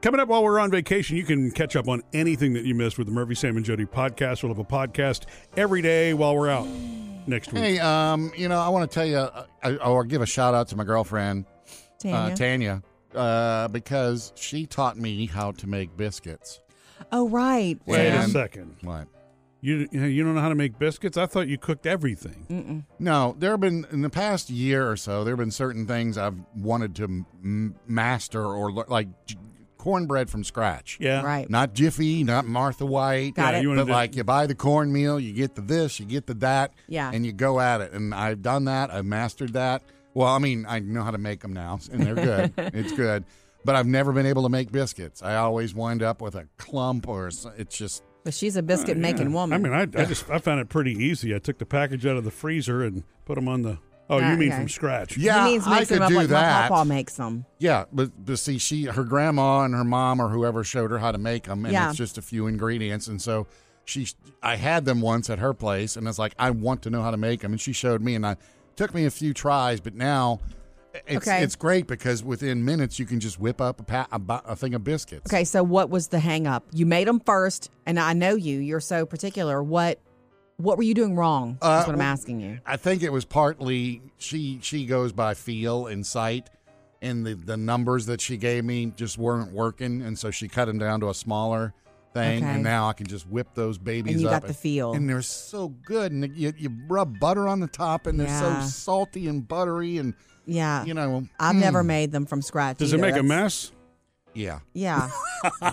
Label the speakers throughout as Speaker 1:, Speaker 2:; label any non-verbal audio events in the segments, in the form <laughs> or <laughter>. Speaker 1: Coming up while we're on vacation, you can catch up on anything that you missed with the Murphy, Sam, and Jody podcast. We'll have a podcast every day while we're out next week.
Speaker 2: Hey, um, you know, I want to tell you, uh, I, or give a shout out to my girlfriend,
Speaker 3: Tanya.
Speaker 2: Uh, Tanya, uh, because she taught me how to make biscuits.
Speaker 3: oh, right.
Speaker 1: Wait a
Speaker 2: and-
Speaker 1: second.
Speaker 2: What?
Speaker 1: You, you don't know how to make biscuits? I thought you cooked everything.
Speaker 3: Mm,
Speaker 2: No, there have been in the past year or so. There have been certain things I've wanted to m- master or le- like j- cornbread from scratch.
Speaker 1: Yeah.
Speaker 3: Right.
Speaker 2: Not Jiffy, not Martha White.
Speaker 3: Got
Speaker 1: Yeah, it. you wanna
Speaker 2: but
Speaker 1: do-
Speaker 2: like you buy the cornmeal, you get the this, you get the that,
Speaker 3: Yeah.
Speaker 2: and you go at it. And I've done that. I've mastered that. Well, I mean, I know how to make them now, and they're
Speaker 3: <laughs>
Speaker 2: good. it's good. But I've never been able to make biscuits. I always wind up with a clump or s- it's just
Speaker 3: But she's a biscuit making woman.
Speaker 1: Uh, I mean, I, I just I found it pretty easy. I took the package out of the freezer and put them on the. Oh,
Speaker 3: Ah,
Speaker 1: you mean
Speaker 3: okay.
Speaker 1: from scratch?
Speaker 2: yeah,
Speaker 3: he means
Speaker 2: I
Speaker 3: makes
Speaker 2: could
Speaker 3: them up
Speaker 2: do
Speaker 3: like
Speaker 2: that.
Speaker 3: my papa makes them.
Speaker 2: Yeah, but, but see, she, her grandma and her mom or whoever showed her how to make them, and
Speaker 3: Yeah.
Speaker 2: it's just a few ingredients. And so she, I had them once at her place, and it's like I want to know how to make them, and she showed me, and I took me a few tries, but now. It's,
Speaker 3: Okay.
Speaker 2: it's great because within minutes you can just whip up a, pa- a, bu- a thing of biscuits.
Speaker 3: Okay, so what was the hang up? You made them first, and I know you. You're so particular. What what were you doing wrong? That's
Speaker 2: Uh,
Speaker 3: what I'm
Speaker 2: well-
Speaker 3: asking you.
Speaker 2: I think it was partly she she goes by feel and sight, and the the numbers that she gave me just weren't working, and so she cut them down to a smaller thing,
Speaker 3: Okay.
Speaker 2: and now I can just whip those babies
Speaker 3: you got
Speaker 2: up.
Speaker 3: the feel.
Speaker 2: and they're so good, and you, you rub butter on the top, and they're
Speaker 3: Yeah.
Speaker 2: so salty and buttery, and
Speaker 3: Yeah.
Speaker 2: you know, mm, hmm.
Speaker 3: I've never made them from scratch.
Speaker 1: Does it
Speaker 3: either.
Speaker 1: make a mess?
Speaker 3: That's-
Speaker 2: yeah.
Speaker 3: Yeah.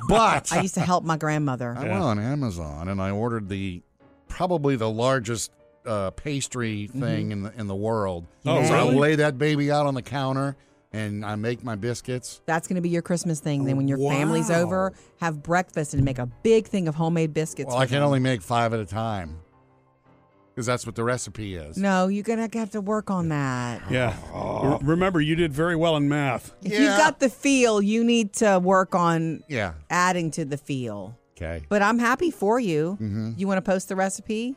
Speaker 2: But
Speaker 3: <laughs> I used to help my grandmother.
Speaker 2: <laughs> I went on Amazon and I ordered the probably the largest uh, pastry thing in the in the world.
Speaker 1: Mm-hmm. Oh,
Speaker 2: so
Speaker 1: really?
Speaker 2: I lay that baby out on the counter and I make my biscuits.
Speaker 3: That's going to be your Christmas thing. Then when your family's over, have breakfast and make a big thing of homemade biscuits.
Speaker 2: well,
Speaker 3: for
Speaker 2: I can
Speaker 3: them.
Speaker 2: only make five at a time because that's what the recipe is.
Speaker 3: No, you're going to have to work on that.
Speaker 1: Yeah.
Speaker 3: Oh.
Speaker 1: R- Remember, you did very well in math.
Speaker 3: If
Speaker 2: Yeah.
Speaker 3: you've got the feel, you need to work on
Speaker 2: Yeah.
Speaker 3: adding to the feel.
Speaker 2: Okay.
Speaker 3: But I'm happy for you. You want to post the recipe?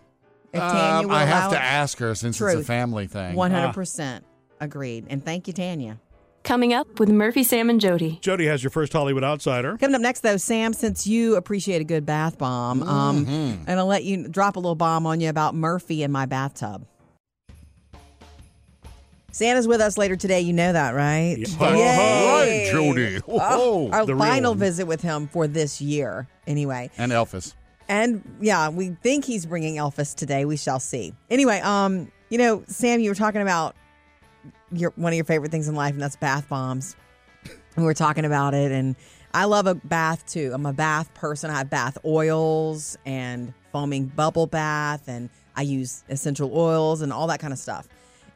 Speaker 3: If Tanya will
Speaker 2: Mm-hmm. Um, I have
Speaker 3: allow
Speaker 2: to Ah.
Speaker 3: it?
Speaker 2: ask her since it's
Speaker 3: Truth.
Speaker 2: a family thing.
Speaker 3: 100% agreed. And thank you, Tanya.
Speaker 4: Coming up with Murphy, Sam, and Jody.
Speaker 1: Jody has your first Hollywood outsider.
Speaker 3: Coming up next, though, Sam, since you appreciate a good bath bomb, um,
Speaker 2: Mm-hmm.
Speaker 3: and I'll let you drop a little bomb on you about Murphy and my bathtub. Santa's with us later today. You know that, right?
Speaker 1: All
Speaker 3: Yay.
Speaker 2: right, Jody.
Speaker 3: Oh,
Speaker 2: Whoa,
Speaker 3: our
Speaker 1: the real
Speaker 3: final
Speaker 1: one.
Speaker 3: visit with him for this year, anyway.
Speaker 2: And Elphus.
Speaker 3: And yeah, we think he's bringing Elvis today. We shall see. Anyway, um, you know, Sam, you were talking about your one of your favorite things in life, and that's bath bombs. We were talking about it, and I love a bath too. I'm a bath person. I have bath oils and foaming bubble bath, and I use essential oils and all that kind of stuff.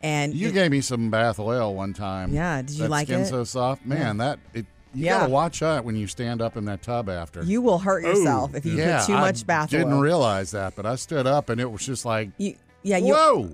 Speaker 3: And
Speaker 2: You
Speaker 3: it-
Speaker 2: gave me some bath oil one time.
Speaker 3: Yeah, did you
Speaker 2: that
Speaker 3: like
Speaker 2: skin
Speaker 3: it?
Speaker 2: so soft, man. That it, you
Speaker 3: Yeah.
Speaker 2: gotta watch out when you stand up in that tub after.
Speaker 3: you will hurt yourself if you
Speaker 2: Oh, yeah,
Speaker 3: put too
Speaker 2: I
Speaker 3: much bath
Speaker 2: Didn't
Speaker 3: oil.
Speaker 2: realize that, but I stood up and it was just like,
Speaker 3: you, yeah, you
Speaker 2: whoa.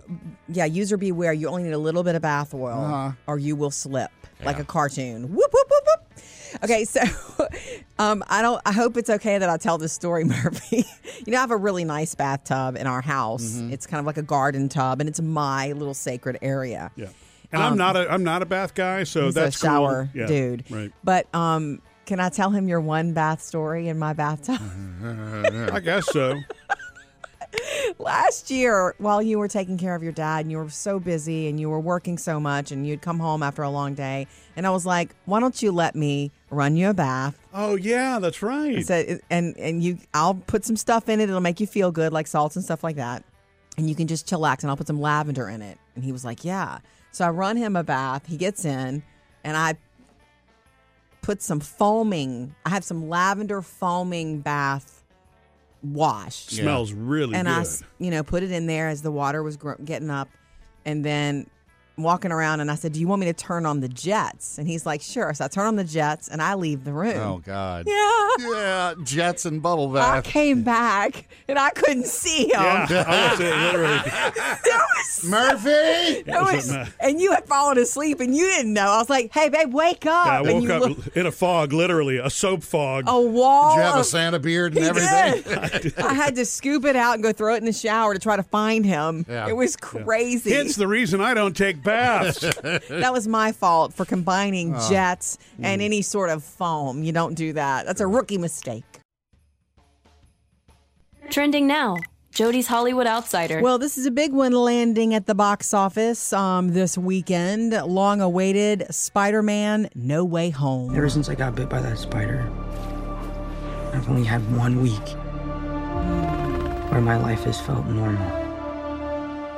Speaker 3: yeah, user beware. You only need a little bit of bath oil,
Speaker 2: Uh-huh.
Speaker 3: or you will slip like a cartoon. Whoop whoop whoop whoop. Okay, so <laughs> um, I don't. I hope it's okay that I tell this story, <laughs> Murphy. you know, I have a really nice bathtub in our house.
Speaker 1: Mm-hmm.
Speaker 3: It's kind of like a garden tub, and it's my little sacred area.
Speaker 1: Yeah. And I'm not a I'm not a bath guy, so
Speaker 3: Um, He's
Speaker 1: that's
Speaker 3: a shower
Speaker 1: cool. Yeah,
Speaker 3: dude.
Speaker 1: Right.
Speaker 3: But um, can I tell him your one bath story in my bathtub?
Speaker 1: I guess so.
Speaker 3: last year while you were taking care of your dad and you were so busy and you were working so much and you'd come home after a long day and i was like why don't you let me run you a bath
Speaker 1: Oh yeah, that's right.
Speaker 3: I said, and and you i'll put some stuff in it it'll make you feel good like salts and stuff like that and you can just chillax and i'll put some lavender in it and he was like yeah so i run him a bath he gets in and i put some foaming i have some lavender foaming bath wash
Speaker 1: Smells really
Speaker 3: and
Speaker 1: good.
Speaker 3: I, s- you know, put it in there as the water was gr- getting up, and then walking around. And I said, "Do you want me to turn on the jets?" And he's like, "Sure." So I turn on the jets, and I leave the room.
Speaker 2: Oh, God.
Speaker 3: Yeah,
Speaker 2: Yeah, jets and bubble
Speaker 3: I
Speaker 2: bath.
Speaker 3: came back, and I couldn't see him.
Speaker 1: yeah, I
Speaker 3: <laughs>
Speaker 1: was saying literally.
Speaker 3: There was.
Speaker 2: Murphy!
Speaker 3: there
Speaker 1: was
Speaker 3: was-
Speaker 1: a mess.
Speaker 3: and you had fallen asleep and you didn't know. I was like, hey, babe, wake up.
Speaker 1: I
Speaker 3: and
Speaker 1: woke
Speaker 3: you Oh,
Speaker 1: up in a fog, literally a soap fog.
Speaker 3: a wall.
Speaker 2: Did you have a
Speaker 3: of-
Speaker 2: Santa beard
Speaker 3: He
Speaker 2: and everything?
Speaker 3: <laughs> did. I had to scoop it out and go throw it in the shower to try to find him.
Speaker 2: Yeah.
Speaker 3: It was crazy.
Speaker 1: Hence the reason I don't take paths.
Speaker 3: <laughs> That was my fault for combining jets and any sort of foam. You don't do that. That's a rookie mistake.
Speaker 4: Trending now Jody's Hollywood Outsider.
Speaker 3: Well, this is a big one landing at the box office um, this weekend. Long awaited Spider Man No Way Home.
Speaker 5: Ever since I got bit by that spider, I've only had one week where my life has felt normal.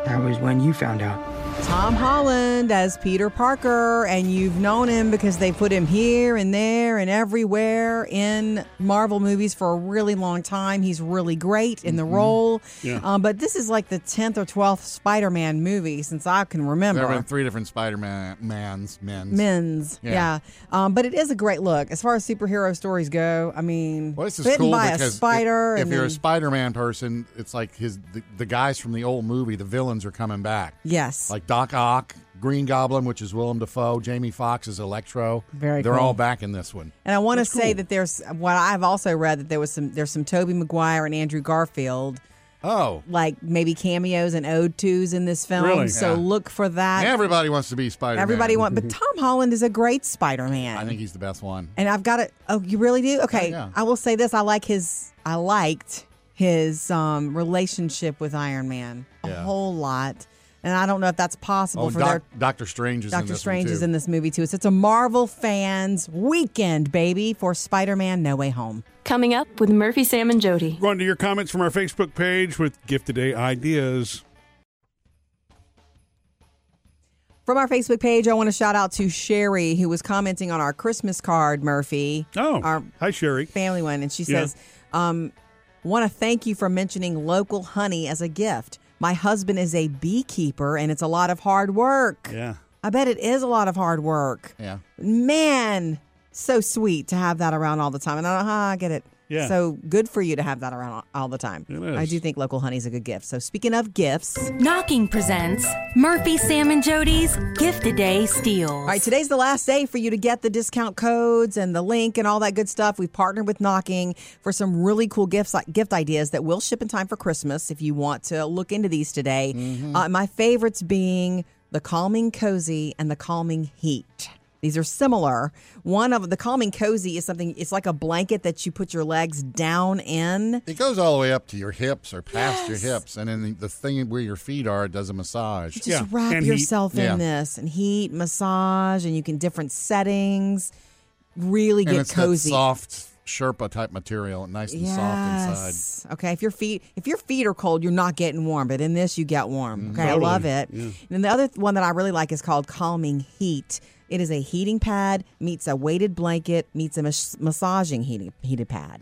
Speaker 5: That was when you found out.
Speaker 3: Tom Holland as Peter Parker, and you've known him because they put him here and there and everywhere in Marvel movies for a really long time. He's really great in the role.
Speaker 1: Yeah.
Speaker 3: Um, but this is like the 10th or 12th Spider Man movie since I can remember.
Speaker 2: There have been three different Spider-Man mans, men's.
Speaker 3: Men's, yeah.
Speaker 2: Yeah.
Speaker 3: Um, but it is a great look as far as superhero stories go. I mean,
Speaker 2: Well, this is
Speaker 3: bitten
Speaker 2: cool
Speaker 3: by
Speaker 2: because
Speaker 3: a
Speaker 2: if-
Speaker 3: spider.
Speaker 2: If,
Speaker 3: and
Speaker 2: you're a
Speaker 3: then-
Speaker 2: Spider-Man person, it's like his the, the guys from the old movie, the villains are coming back.
Speaker 3: yes,
Speaker 2: Like Doc Ock, Green Goblin, which is Willem Dafoe, Jamie Fox is Electro.
Speaker 3: Very
Speaker 2: They're
Speaker 3: cool.
Speaker 2: all back in this one.
Speaker 3: and I want to say that there's what I've also read that there was some there's some Toby Maguire and Andrew Garfield
Speaker 2: Oh,
Speaker 3: like maybe cameos and ode tos in this film.
Speaker 1: Really?
Speaker 3: So
Speaker 2: Yeah.
Speaker 3: look for that.
Speaker 2: everybody wants to be Spider-Man.
Speaker 3: Everybody want, but Tom Holland is a great Spider
Speaker 2: I
Speaker 3: Man.
Speaker 2: think he's the best one.
Speaker 3: And I've got it. Oh, you really do? Okay,
Speaker 2: yeah.
Speaker 3: I will say this: I like his. I liked his um, relationship with Iron Man a
Speaker 2: Yeah.
Speaker 3: whole lot, and I don't know if that's possible
Speaker 2: Oh,
Speaker 3: for
Speaker 2: Doc,
Speaker 3: their
Speaker 2: Doctor Strange is in
Speaker 3: Doctor
Speaker 2: this
Speaker 3: Strange
Speaker 2: one
Speaker 3: is
Speaker 2: too.
Speaker 3: in this movie too. So it's a Marvel fans weekend, baby, for Spider Man No Way Home.
Speaker 4: Coming up with Murphy, Sam, and Jody.
Speaker 1: Go on to your comments from our Facebook page with gift today ideas.
Speaker 3: From our Facebook page, I want to shout out to Sherry, who was commenting on our Christmas card, Murphy.
Speaker 1: Oh,
Speaker 3: Our
Speaker 1: hi Sherry.
Speaker 3: family one, and she
Speaker 1: Yeah.
Speaker 3: says, um, "Want to thank you for mentioning local honey as a gift. My husband is a beekeeper, and it's a lot of hard work.
Speaker 1: Yeah.
Speaker 3: I bet it is a lot of hard work.
Speaker 2: Yeah.
Speaker 3: Man, so sweet to have that around all the time. And I, ah, I get it.
Speaker 1: Yeah.
Speaker 3: So good for you to have that around all- all the time.
Speaker 1: It is.
Speaker 3: I do think local honey's a good gift. So speaking of gifts,
Speaker 6: Knocking presents Murphy, Sam, and Jody's Gift a Day Steals.
Speaker 3: all right, today's the last day for you to get the discount codes and the link and all that good stuff. We've partnered with Knocking for some really cool gifts, gift ideas that will ship in time for Christmas. If you want to look into these today,
Speaker 2: Mm-hmm.
Speaker 3: Uh, my favorites being the calming cozy and the calming heat. These are similar. One of the calming cozy is something. It's like a blanket that you put your legs down in.
Speaker 2: It goes all the way up to your hips or past your hips, and then the, the thing where your feet are it does a massage.
Speaker 3: You just
Speaker 1: Yeah,
Speaker 3: wrap
Speaker 1: and heat.
Speaker 3: yourself in
Speaker 2: Yeah.
Speaker 3: this and heat, massage, and you can different settings. Really
Speaker 2: and
Speaker 3: get
Speaker 2: it's
Speaker 3: cozy.
Speaker 2: that soft Sherpa type material, nice and soft inside.
Speaker 3: Yes. Okay. If your feet if your feet are cold, you're not getting warm, but in this you get warm. Okay.
Speaker 1: Mm-hmm. Totally.
Speaker 3: I love it. And then the other th- one that I really like is called calming heat. It is a heating pad meets a weighted blanket meets a mas- massaging heating heated pad.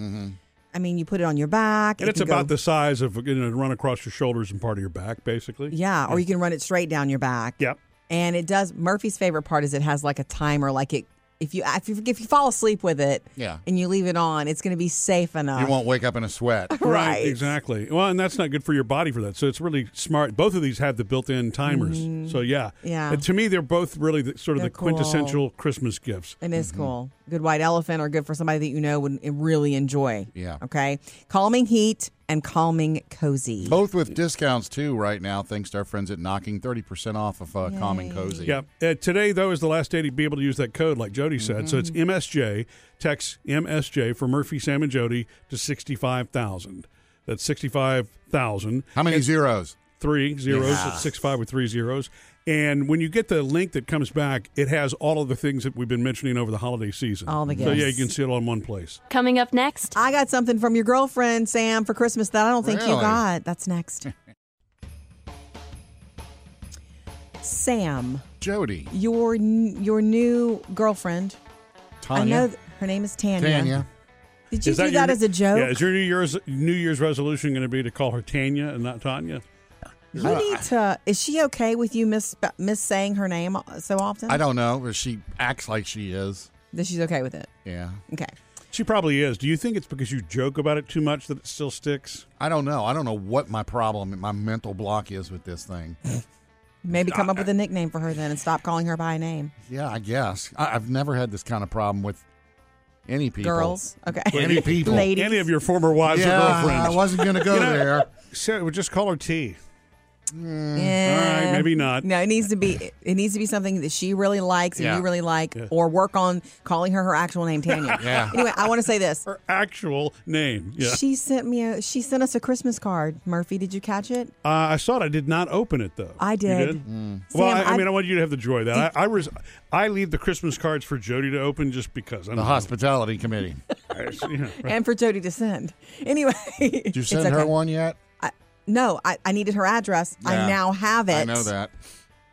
Speaker 3: I mean, you put it on your back.
Speaker 1: Mm-hmm. And
Speaker 3: it
Speaker 1: it's
Speaker 3: can go-
Speaker 1: about the size of you know, run across your shoulders and part of your back, basically.
Speaker 3: yeah, or you can run it straight down your back.
Speaker 1: Yep.
Speaker 3: And it does. Murphy's favorite part is it has like a timer. Like it, if you if you if you fall asleep with it,
Speaker 2: Yeah.
Speaker 3: and you leave it on, it's going to be safe enough.
Speaker 2: You won't wake up in a sweat.
Speaker 3: <laughs> Right.
Speaker 1: Exactly. Well, and that's not good for your body for that. So it's really smart. Both of these have the built-in timers. So yeah.
Speaker 3: Mm-hmm. Yeah.
Speaker 1: And to me, they're both really the, sort of
Speaker 3: They're
Speaker 1: the
Speaker 3: cool.
Speaker 1: quintessential Christmas gifts.
Speaker 3: It
Speaker 2: Mm-hmm.
Speaker 3: is cool. Good white elephant are good for somebody that you know would really enjoy.
Speaker 2: Yeah.
Speaker 3: Okay. Calming heat and calming cozy.
Speaker 2: Both with discounts too right now, thanks to our friends at Knocking, thirty percent off of uh, Calm and Cozy.
Speaker 1: Yeah. Uh, today, though, is the last day to be able to use that code, like Jody said. So
Speaker 3: Mm-hmm.
Speaker 1: it's MSJ. Text MSJ for Murphy, Sam, and Jody to 65,000. That's 65,000.
Speaker 2: How many zeros?
Speaker 1: Three zeros,
Speaker 2: Yeah.
Speaker 1: It's six five with three zeros. And when you get the link that comes back, it has all of the things that we've been mentioning over the holiday season.
Speaker 3: All the
Speaker 1: So, yeah, you
Speaker 3: gifts.
Speaker 1: can see it all in one place.
Speaker 4: Coming up next,
Speaker 3: I got something from your girlfriend, Sam, for Christmas that I don't think you
Speaker 2: Really?
Speaker 3: got. That's next.
Speaker 2: <laughs>
Speaker 3: Sam,
Speaker 2: Jody,
Speaker 3: your n- your new girlfriend. I
Speaker 2: Tanya,
Speaker 3: know th- her name is Tanya.
Speaker 2: Tanya.
Speaker 3: Did you
Speaker 1: Is
Speaker 3: do that,
Speaker 1: your new-
Speaker 3: as a joke?
Speaker 1: Yeah, is your New Year's New Year's resolution going to be to call her Tanya and not Tanya?
Speaker 3: you need to. Is she okay with you miss miss saying her name so often?
Speaker 2: I don't know, but she acts like she is.
Speaker 3: That she's okay with it.
Speaker 2: Yeah,
Speaker 3: Okay.
Speaker 1: She probably is. Do you think it's because you joke about it too much that it still sticks?
Speaker 2: I don't know. I don't know what my problem, my mental block is with this
Speaker 3: <laughs>
Speaker 2: thing.
Speaker 3: Maybe come up with a nickname for her then and stop calling her by name.
Speaker 2: yeah, I guess I, I've never had this kind of problem with any people.
Speaker 3: Girls. Okay. <laughs>
Speaker 2: any people.
Speaker 3: Lady.
Speaker 1: Any of your former wives
Speaker 2: Yeah,
Speaker 1: or
Speaker 2: I
Speaker 1: girlfriends?
Speaker 2: wasn't gonna go
Speaker 1: You know-
Speaker 2: there.
Speaker 1: So, just call her T. All right, maybe not.
Speaker 3: No, it needs to be it needs to be something that she really likes and
Speaker 2: Yeah.
Speaker 3: you really like, or work on calling her her actual name, Tanya.
Speaker 2: <laughs> Yeah.
Speaker 3: Anyway, I want to say this.
Speaker 1: Her actual name. Yeah.
Speaker 3: She sent me a she sent us a Christmas card. Murphy, did you catch it?
Speaker 1: Uh, I saw it. I did not open it though.
Speaker 3: I
Speaker 1: You
Speaker 3: did. Mm.
Speaker 2: Mm.
Speaker 1: well,
Speaker 3: Sam,
Speaker 1: I, I
Speaker 3: I-
Speaker 1: mean, I want you to have the joy of that I, I was. I leave the Christmas cards for Jody to open just because I'm
Speaker 2: The hospitality committee.
Speaker 1: <laughs>
Speaker 3: And for Jody to send. <laughs> Anyway,
Speaker 2: Did you send her one yet?
Speaker 3: No, I, I needed her address.
Speaker 2: Yeah.
Speaker 3: I now have it.
Speaker 2: I know that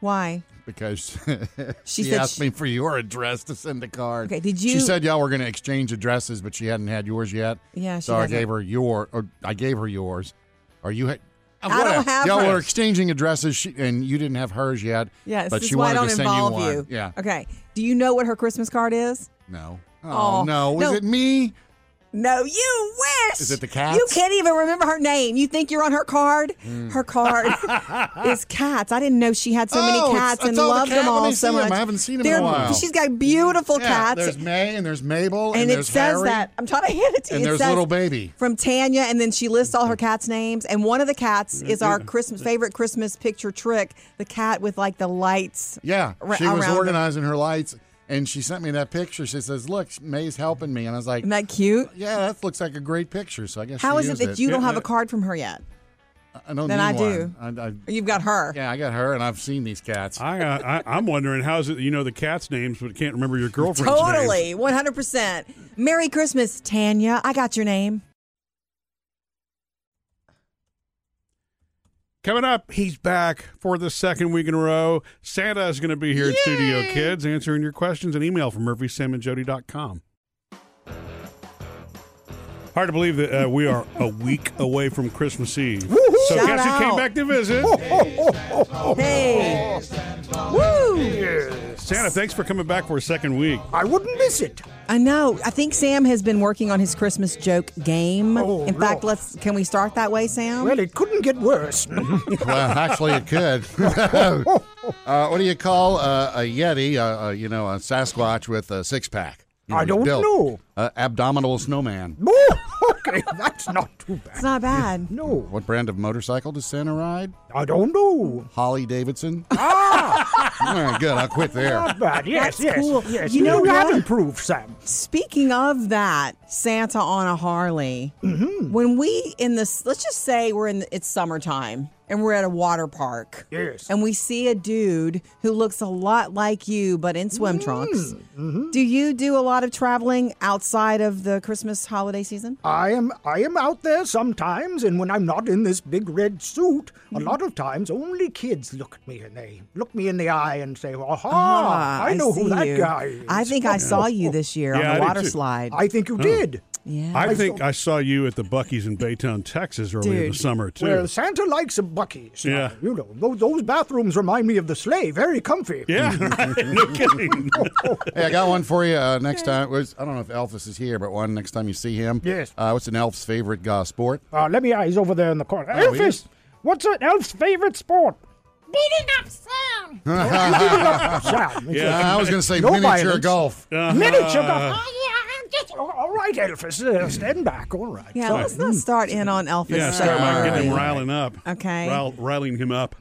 Speaker 3: Why?
Speaker 2: because <laughs> she,
Speaker 3: She said
Speaker 2: asked
Speaker 3: she-
Speaker 2: me for your address to send a card.
Speaker 3: Okay, did
Speaker 2: She
Speaker 3: you-
Speaker 2: said y'all were going to exchange addresses, but she hadn't had yours yet.
Speaker 3: Yeah, she
Speaker 2: so I
Speaker 3: hasn't.
Speaker 2: gave her your, or I gave her yours. Are you? Ha-
Speaker 3: I don't
Speaker 2: Whatever.
Speaker 3: have
Speaker 2: Y'all were
Speaker 3: hers.
Speaker 2: exchanging addresses, she, and you didn't have hers yet.
Speaker 3: Yes,
Speaker 2: but
Speaker 3: this
Speaker 2: she
Speaker 3: is why I
Speaker 2: wanted
Speaker 3: don't
Speaker 2: to send you
Speaker 3: involve
Speaker 2: one.
Speaker 3: you.
Speaker 2: Yeah.
Speaker 3: Okay. Do you know what her Christmas card is?
Speaker 2: No. Oh,
Speaker 3: Aw,
Speaker 2: no. Was
Speaker 3: no.
Speaker 2: it me?
Speaker 3: No, you wish.
Speaker 2: Is it the cats? Hmm.
Speaker 3: You can't even remember her name. You think you're on her card?
Speaker 2: <laughs>
Speaker 3: Her card is cats. I didn't know she had so
Speaker 2: Oh,
Speaker 3: many
Speaker 2: it's-
Speaker 3: cats
Speaker 2: it's
Speaker 3: and
Speaker 2: all the
Speaker 3: loved
Speaker 2: cat
Speaker 3: them all
Speaker 2: when I
Speaker 3: so
Speaker 2: see 'em.
Speaker 3: much.
Speaker 2: I haven't seen 'em in
Speaker 3: They're-
Speaker 2: a while.
Speaker 3: She's got beautiful
Speaker 2: Yeah,
Speaker 3: cats.
Speaker 2: There's May and there's Mabel and,
Speaker 3: And it
Speaker 2: there's
Speaker 3: says
Speaker 2: Harry,
Speaker 3: that. I'm trying to hand it to you.
Speaker 2: and
Speaker 3: It
Speaker 2: there's
Speaker 3: says
Speaker 2: little Mm-hmm. baby.
Speaker 3: From Tanya, and then she lists all her cats' names. And one of the cats
Speaker 2: Mm-hmm.
Speaker 3: is our Christmas favorite Christmas picture trick the cat with like the lights.
Speaker 2: Yeah,
Speaker 3: ra-
Speaker 2: she was
Speaker 3: around the-
Speaker 2: organizing her lights, and she sent me that picture. She says, "Look, May's helping me," and I was like,
Speaker 3: Isn't that cute?
Speaker 2: "Yeah, that looks like a great picture." So I guess
Speaker 3: How
Speaker 2: she
Speaker 3: is it
Speaker 2: used
Speaker 3: that you don't
Speaker 1: Yeah,
Speaker 3: have
Speaker 1: yeah.
Speaker 3: a card from her yet?
Speaker 2: I don't
Speaker 3: Then
Speaker 2: need
Speaker 3: I
Speaker 2: one.
Speaker 3: do.
Speaker 2: I, I,
Speaker 3: You've got her.
Speaker 2: yeah, I got her, and I've seen these cats.
Speaker 1: I, uh, I I'm wondering how is it that you know the cats' names but can't remember
Speaker 3: <laughs>
Speaker 1: your girlfriend's name?
Speaker 3: Totally, one hundred percent. Merry Christmas, Tanya. I got your name.
Speaker 1: Coming up, he's back for the second week in a row. Santa is going to be here at Studio Kids answering your questions and email from murphysamandjody.com. Hard to believe that uh, we are a week away from Christmas Eve. So
Speaker 3: Shout
Speaker 1: guess who came
Speaker 3: out.
Speaker 1: back to visit?
Speaker 3: Hey, woo!
Speaker 1: Santa, thanks for coming back for a second week.
Speaker 7: I wouldn't miss it.
Speaker 3: I know. I think Sam has been working on his Christmas joke game.
Speaker 7: Oh,
Speaker 3: In fact,
Speaker 7: no.
Speaker 3: let's can we start that way, Sam?
Speaker 7: Well, it couldn't get worse.
Speaker 2: well, actually, it
Speaker 7: <laughs>
Speaker 2: could. <laughs> uh, what do you call uh, a yeti? Uh, uh, you know, a Sasquatch with a six pack.
Speaker 7: I don't know.
Speaker 2: Uh, abdominal snowman.
Speaker 7: oh, <laughs> okay, that's not too
Speaker 3: It's
Speaker 7: bad.
Speaker 3: not bad.
Speaker 7: No,
Speaker 2: What brand of motorcycle does Santa ride?
Speaker 7: I don't know.
Speaker 2: Holly Davidson. Ah, <laughs> good. I'll quit there.
Speaker 7: But yes,
Speaker 3: That's
Speaker 7: yes,
Speaker 3: cool.
Speaker 7: yes.
Speaker 3: You know
Speaker 7: have
Speaker 3: what?
Speaker 7: improved, Sam.
Speaker 3: Speaking of that, Santa on a Harley.
Speaker 7: Mm-hmm.
Speaker 3: When we in this, let's just say we're in it's summertime and we're at a water park.
Speaker 7: Yes.
Speaker 3: And we see a dude who looks a lot like you, but in swim trunks.
Speaker 7: Mm, mm-hmm.
Speaker 3: Do you do a lot of traveling outside of the Christmas holiday season?
Speaker 7: I am I am out there sometimes, and when I'm not in this big red suit, a
Speaker 3: Mm-hmm.
Speaker 7: lot of times only kids look at me and they look me in the eye and say, "Aha!
Speaker 3: Ah,
Speaker 7: I know who
Speaker 3: see
Speaker 7: that
Speaker 3: you.
Speaker 7: guy is."
Speaker 3: I think I saw you this year
Speaker 1: Yeah, I
Speaker 3: on
Speaker 1: did
Speaker 3: the water
Speaker 1: too.
Speaker 3: slide.
Speaker 7: I think
Speaker 1: Hmm.
Speaker 7: you did.
Speaker 3: yeah.
Speaker 1: I think I saw you at the Bucky's in Baytown, Texas earlier
Speaker 3: Dude.
Speaker 1: this summer, too. <laughs>
Speaker 7: Well, Santa likes a Bucky's. Now,
Speaker 1: Yeah.
Speaker 7: You know, tho- those bathrooms remind me of the sleigh. Very comfy.
Speaker 1: yeah, right.
Speaker 3: <laughs>
Speaker 1: no kidding.
Speaker 2: Hey, I got one for you uh, next time. Was- I don't know if Elvis is here, but one next time you see him.
Speaker 7: Yes.
Speaker 2: Uh, what's an elf's favorite uh, sport?
Speaker 7: Uh, let me, uh, he's over there in the corner.
Speaker 2: Oh, he is?
Speaker 7: Elvis, what's an elf's favorite sport?
Speaker 8: beating
Speaker 7: <laughs>
Speaker 8: up sound.
Speaker 7: Sam.
Speaker 2: <laughs>
Speaker 7: it's
Speaker 1: Yeah.
Speaker 7: a-
Speaker 2: Uh, I was going to say
Speaker 7: No
Speaker 2: miniature
Speaker 7: violence. Uh-huh.
Speaker 2: golf.
Speaker 7: Miniature golf.
Speaker 8: Oh yeah, I'm just
Speaker 7: Oh, all right, Elvis, uh, stand back. All right.
Speaker 3: yeah, let's
Speaker 7: Mm.
Speaker 3: not start in on Elvis.
Speaker 1: Yeah,
Speaker 3: so
Speaker 1: sorry about getting him
Speaker 3: early.
Speaker 1: riling up.
Speaker 3: Okay. Mm.
Speaker 1: Rile, riling him up.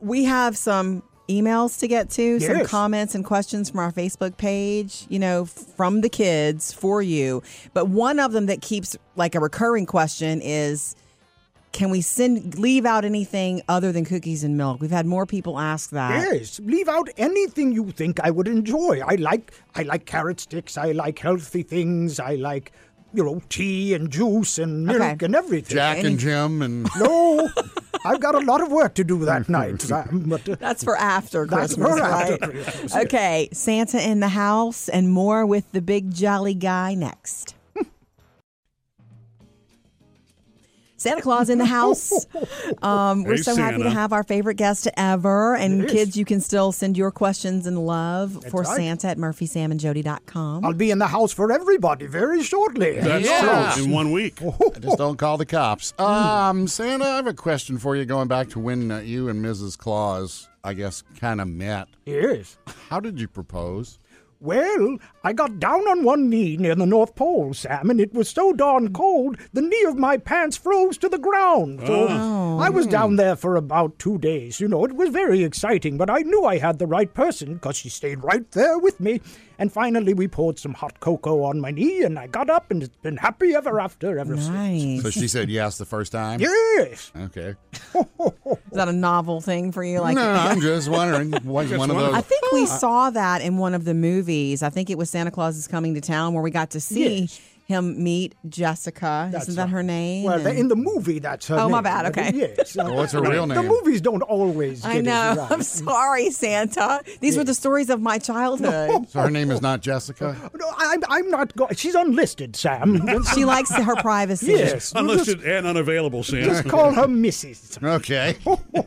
Speaker 3: we have some emails to get to, some
Speaker 7: Yes.
Speaker 3: comments and questions from our Facebook page, you know, from the kids for you. But one of them that keeps like a recurring question is can we send leave out anything other than cookies and milk? We've had more people ask that.
Speaker 7: Yes, leave out anything you think I would enjoy. I like I like carrot sticks. I like healthy things. I like you know tea and juice and milk
Speaker 3: Okay.
Speaker 7: and everything.
Speaker 2: Jack and Jim
Speaker 7: <laughs>
Speaker 2: and
Speaker 7: No, I've got a lot of work to
Speaker 2: <laughs>
Speaker 7: do that night, Sam. But uh,
Speaker 3: That's for after
Speaker 7: That's
Speaker 3: Christmas,
Speaker 7: for after
Speaker 3: right?
Speaker 7: Christmas, yes.
Speaker 3: okay, Santa in the house and more with the big jolly guy
Speaker 7: <laughs>
Speaker 3: next. Santa Claus in the
Speaker 7: <laughs>
Speaker 3: house. Um, we're
Speaker 1: Hey,
Speaker 3: so happy
Speaker 1: Santa.
Speaker 3: to have our favorite guest ever. And
Speaker 7: Yes.
Speaker 3: kids, you can still send your questions and love for
Speaker 7: right.
Speaker 3: Santa at murphysamandjody.com.
Speaker 7: I'll be in the house for everybody very shortly.
Speaker 1: That's
Speaker 2: Yeah.
Speaker 1: true. In one week.
Speaker 2: just don't call the cops.
Speaker 7: Hmm.
Speaker 2: Um, Santa, I have a question for you going back to when uh, you and Mrs. Claus, I guess, kind of met.
Speaker 7: Yes.
Speaker 2: How did you propose?
Speaker 7: Well, I got down on one knee near the North Pole, Sam, and it was so darn cold, the knee of my pants froze to the ground. So
Speaker 1: Oh.
Speaker 7: I was down there for about two days. You know, it was very exciting, but I knew I had the right person because she stayed right there with me. And finally, we poured some hot cocoa on my knee, and I got up, and it's been happy ever after ever since.
Speaker 3: Nice.
Speaker 2: So she said yes the first time?
Speaker 7: Yes.
Speaker 2: Okay.
Speaker 3: Is that a novel thing for you? Like,
Speaker 2: no, I'm just
Speaker 7: <laughs>
Speaker 2: wondering. Was one of those?
Speaker 3: I think we saw that in one of the movies. I think it was Santa Claus is Coming to Town, where we got to see
Speaker 7: Yes.
Speaker 3: him meet Jessica. Isn't that
Speaker 7: right.
Speaker 3: her name?
Speaker 7: Well,
Speaker 3: And-
Speaker 7: in the movie, that's her
Speaker 3: Oh, my
Speaker 7: name,
Speaker 3: bad,
Speaker 7: but
Speaker 3: okay.
Speaker 7: Yes.
Speaker 2: Oh, what's her real
Speaker 7: uh, The
Speaker 2: name?
Speaker 7: movies don't always get
Speaker 3: I know.
Speaker 7: it
Speaker 3: <laughs>
Speaker 7: right.
Speaker 3: I'm sorry, Santa. These were the stories of my
Speaker 7: <laughs>
Speaker 3: childhood.
Speaker 2: so her name is not Jessica.
Speaker 7: No, I'm, I'm not going. She's
Speaker 2: <laughs>
Speaker 7: unlisted, Sam. Let's-
Speaker 3: She likes her privacy.
Speaker 7: yes. we'll
Speaker 1: Unlisted and unavailable, Sam.
Speaker 7: Just, just call her Mrs. <laughs>
Speaker 2: Okay.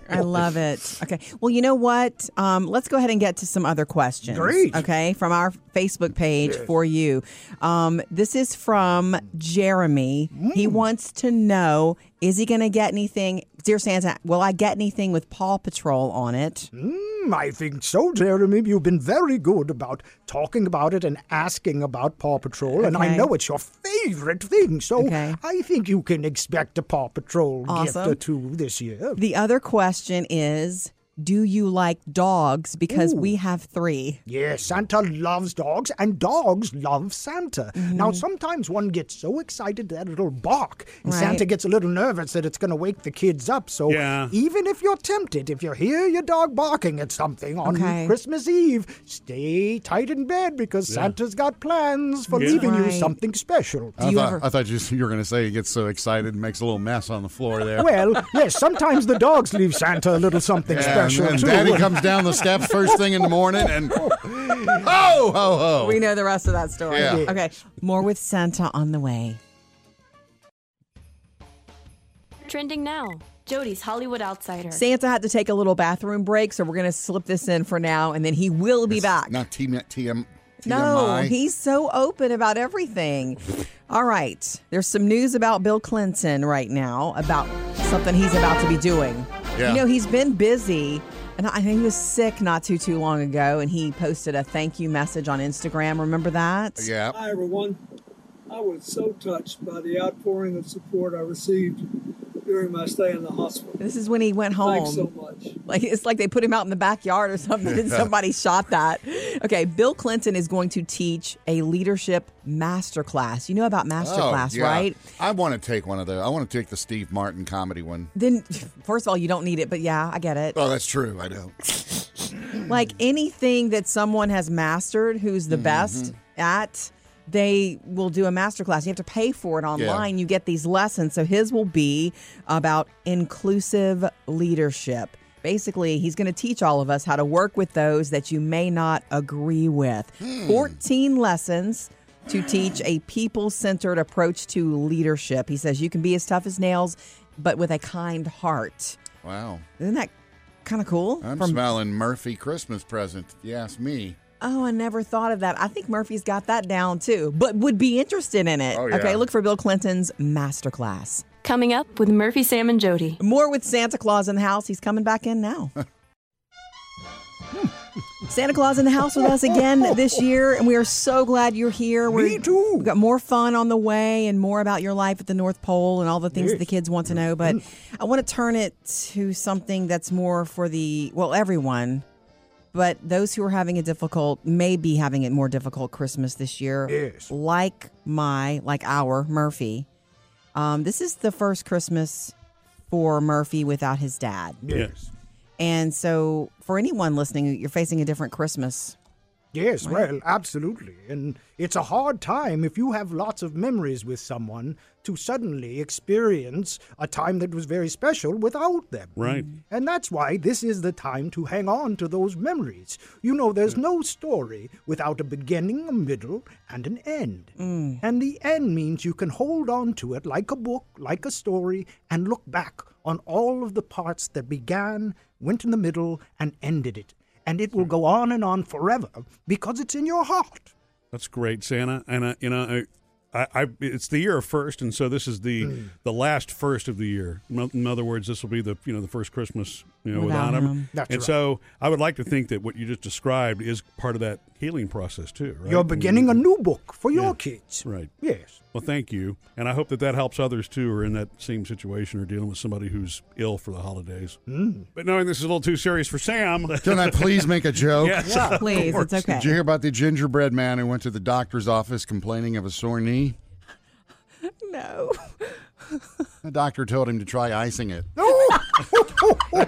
Speaker 3: I love it. Okay. Well, you know what? Um, let's go ahead and get to some other questions.
Speaker 7: Great.
Speaker 3: Okay. From our Facebook page for you. Um, this is from Jeremy. He wants to know is he going to get anything? Dear Santa, will I get anything with Paw Patrol on it?
Speaker 7: Hmm, I think so, Jeremy. You've been very good about talking about it and asking about Paw Patrol, and I
Speaker 3: Okay.
Speaker 7: know it's your favorite thing. So
Speaker 3: Okay.
Speaker 7: I think you can expect a Paw Patrol gift
Speaker 3: Awesome.
Speaker 7: or two this year.
Speaker 3: The other question is do you like dogs? Because we have three.
Speaker 7: Yes, Santa loves dogs, and dogs love Santa. Now, sometimes one gets so excited that it'll bark, and
Speaker 3: Right.
Speaker 7: Santa gets a little nervous that it's going to wake the kids up. So,
Speaker 1: Yeah.
Speaker 7: even if you're tempted, if you hear your dog barking at something on
Speaker 3: Okay.
Speaker 7: Christmas Eve, stay tight in bed because Santa's got plans for
Speaker 1: Yeah.
Speaker 7: leaving you
Speaker 3: Right.
Speaker 7: something special.
Speaker 2: I,
Speaker 3: you
Speaker 2: thought,
Speaker 3: ever-
Speaker 2: I thought you, you were going to say he gets so excited and makes a little mess on the floor there.
Speaker 7: well, yes, sometimes the dogs leave Santa a little something
Speaker 2: and,
Speaker 7: special,
Speaker 2: and
Speaker 7: too.
Speaker 2: Daddy comes down the steps first thing in the morning,
Speaker 7: <laughs>
Speaker 2: and oh, ho, ho.
Speaker 3: We know the rest of that story.
Speaker 2: Yeah.
Speaker 3: Okay. More with Santa on the way.
Speaker 4: Trending now, Jody's Hollywood Outsider.
Speaker 3: Santa had to take a little bathroom break, so we're going to slip this in for now, and then he will be back.
Speaker 2: Not T- TM,
Speaker 3: no,
Speaker 2: TMI.
Speaker 3: he's so open about everything. All right, there's some news about Bill Clinton right now about something he's about to be doing.
Speaker 2: Yeah.
Speaker 3: You know, he's been busy, and I think he was sick not too too long ago, and he posted a thank you message on Instagram. Remember that?
Speaker 2: Yeah.
Speaker 9: Hi, everyone. I was so touched by the outpouring of support I received during my stay in the hospital.
Speaker 3: This is when he went home.
Speaker 9: Thanks so much.
Speaker 3: Like it's like they put him out in the backyard or something and somebody shot that. Okay, Bill Clinton is going to teach a leadership masterclass. You know about masterclass,
Speaker 2: Oh, yeah.
Speaker 3: right?
Speaker 2: I want to take one of those. I want to take the Steve Martin comedy one.
Speaker 3: Then <laughs> first of all, you don't need it, but yeah, I get it.
Speaker 2: Oh, that's true. I don't.
Speaker 3: Like anything that someone has mastered who's the best at they will do a masterclass. You have to pay for it online. You get these lessons. So his will be about inclusive leadership. Basically, he's going to teach all of us how to work with those that you may not agree with. 14 lessons to teach a people centered approach to leadership. He says you can be as tough as nails, but with a kind heart.
Speaker 2: Wow.
Speaker 3: Isn't that kind of cool?
Speaker 2: I'm
Speaker 3: From-
Speaker 2: smelling Murphy Christmas present, if you ask me.
Speaker 3: Oh, I never thought of that. I think Murphy's got that down too, but would be interested in it.
Speaker 2: Oh, yeah.
Speaker 3: Okay, look for Bill Clinton's masterclass.
Speaker 4: Coming up with Murphy, Sam, and Jody.
Speaker 3: More with Santa Claus in the house. He's coming back in now. Santa Claus in the house with us
Speaker 7: <laughs>
Speaker 3: again this year, and we are so glad you're here. We're,
Speaker 7: Me too.
Speaker 3: We've got more fun on the way and more about your life at the North Pole and all the things that the kids want to know. But
Speaker 7: Mm-hmm.
Speaker 3: I want to turn it to something that's more for the well, everyone, but those who are having a difficult, may be having it more difficult Christmas this year.
Speaker 7: Yes.
Speaker 3: Like my, like our Murphy. Um, this is the first Christmas for Murphy without his dad.
Speaker 7: Yes.
Speaker 3: And so, for anyone listening, you're facing a different Christmas.
Speaker 7: Yes, well, absolutely. And it's a hard time if you have lots of memories with someone to suddenly experience a time that was very special without them.
Speaker 1: Right.
Speaker 7: And that's why this is the time to hang on to those memories. You know,
Speaker 1: Hmm.
Speaker 7: there's no story without a beginning, a middle, and an end.
Speaker 1: Hmm.
Speaker 7: And the end means you can hold on to it like a book, like a story, and look back on all of the parts that began, went in the middle, and ended it. And it will
Speaker 1: Hmm.
Speaker 7: go on and on forever because it's in your heart.
Speaker 1: That's great, Santa. And I, you know, I, I, I, it's the year of first, and so this is the
Speaker 7: Mm.
Speaker 1: the last first of the year. In in other words, this will be the you know the first Christmas you know without,
Speaker 3: Without
Speaker 1: him.
Speaker 3: him.
Speaker 7: That's
Speaker 1: and
Speaker 7: right.
Speaker 1: so I would like to think that what you just described is part of that healing process too, right?
Speaker 7: You're beginning a new book for
Speaker 1: Yeah.
Speaker 7: your kids.
Speaker 1: Right.
Speaker 7: Yes.
Speaker 1: Well, thank you, and I hope that that helps others too, who are in that same situation or dealing with somebody who's ill for the holidays. Mm. But knowing this is a little too serious for Sam, <laughs>
Speaker 2: Can I please make a
Speaker 3: <laughs>
Speaker 2: joke?
Speaker 1: yes, of
Speaker 3: Please,
Speaker 1: course.
Speaker 3: it's okay.
Speaker 2: Did you hear about the gingerbread man who went to the doctor's office complaining of a sore knee?
Speaker 3: No.
Speaker 2: The doctor told him to try icing it.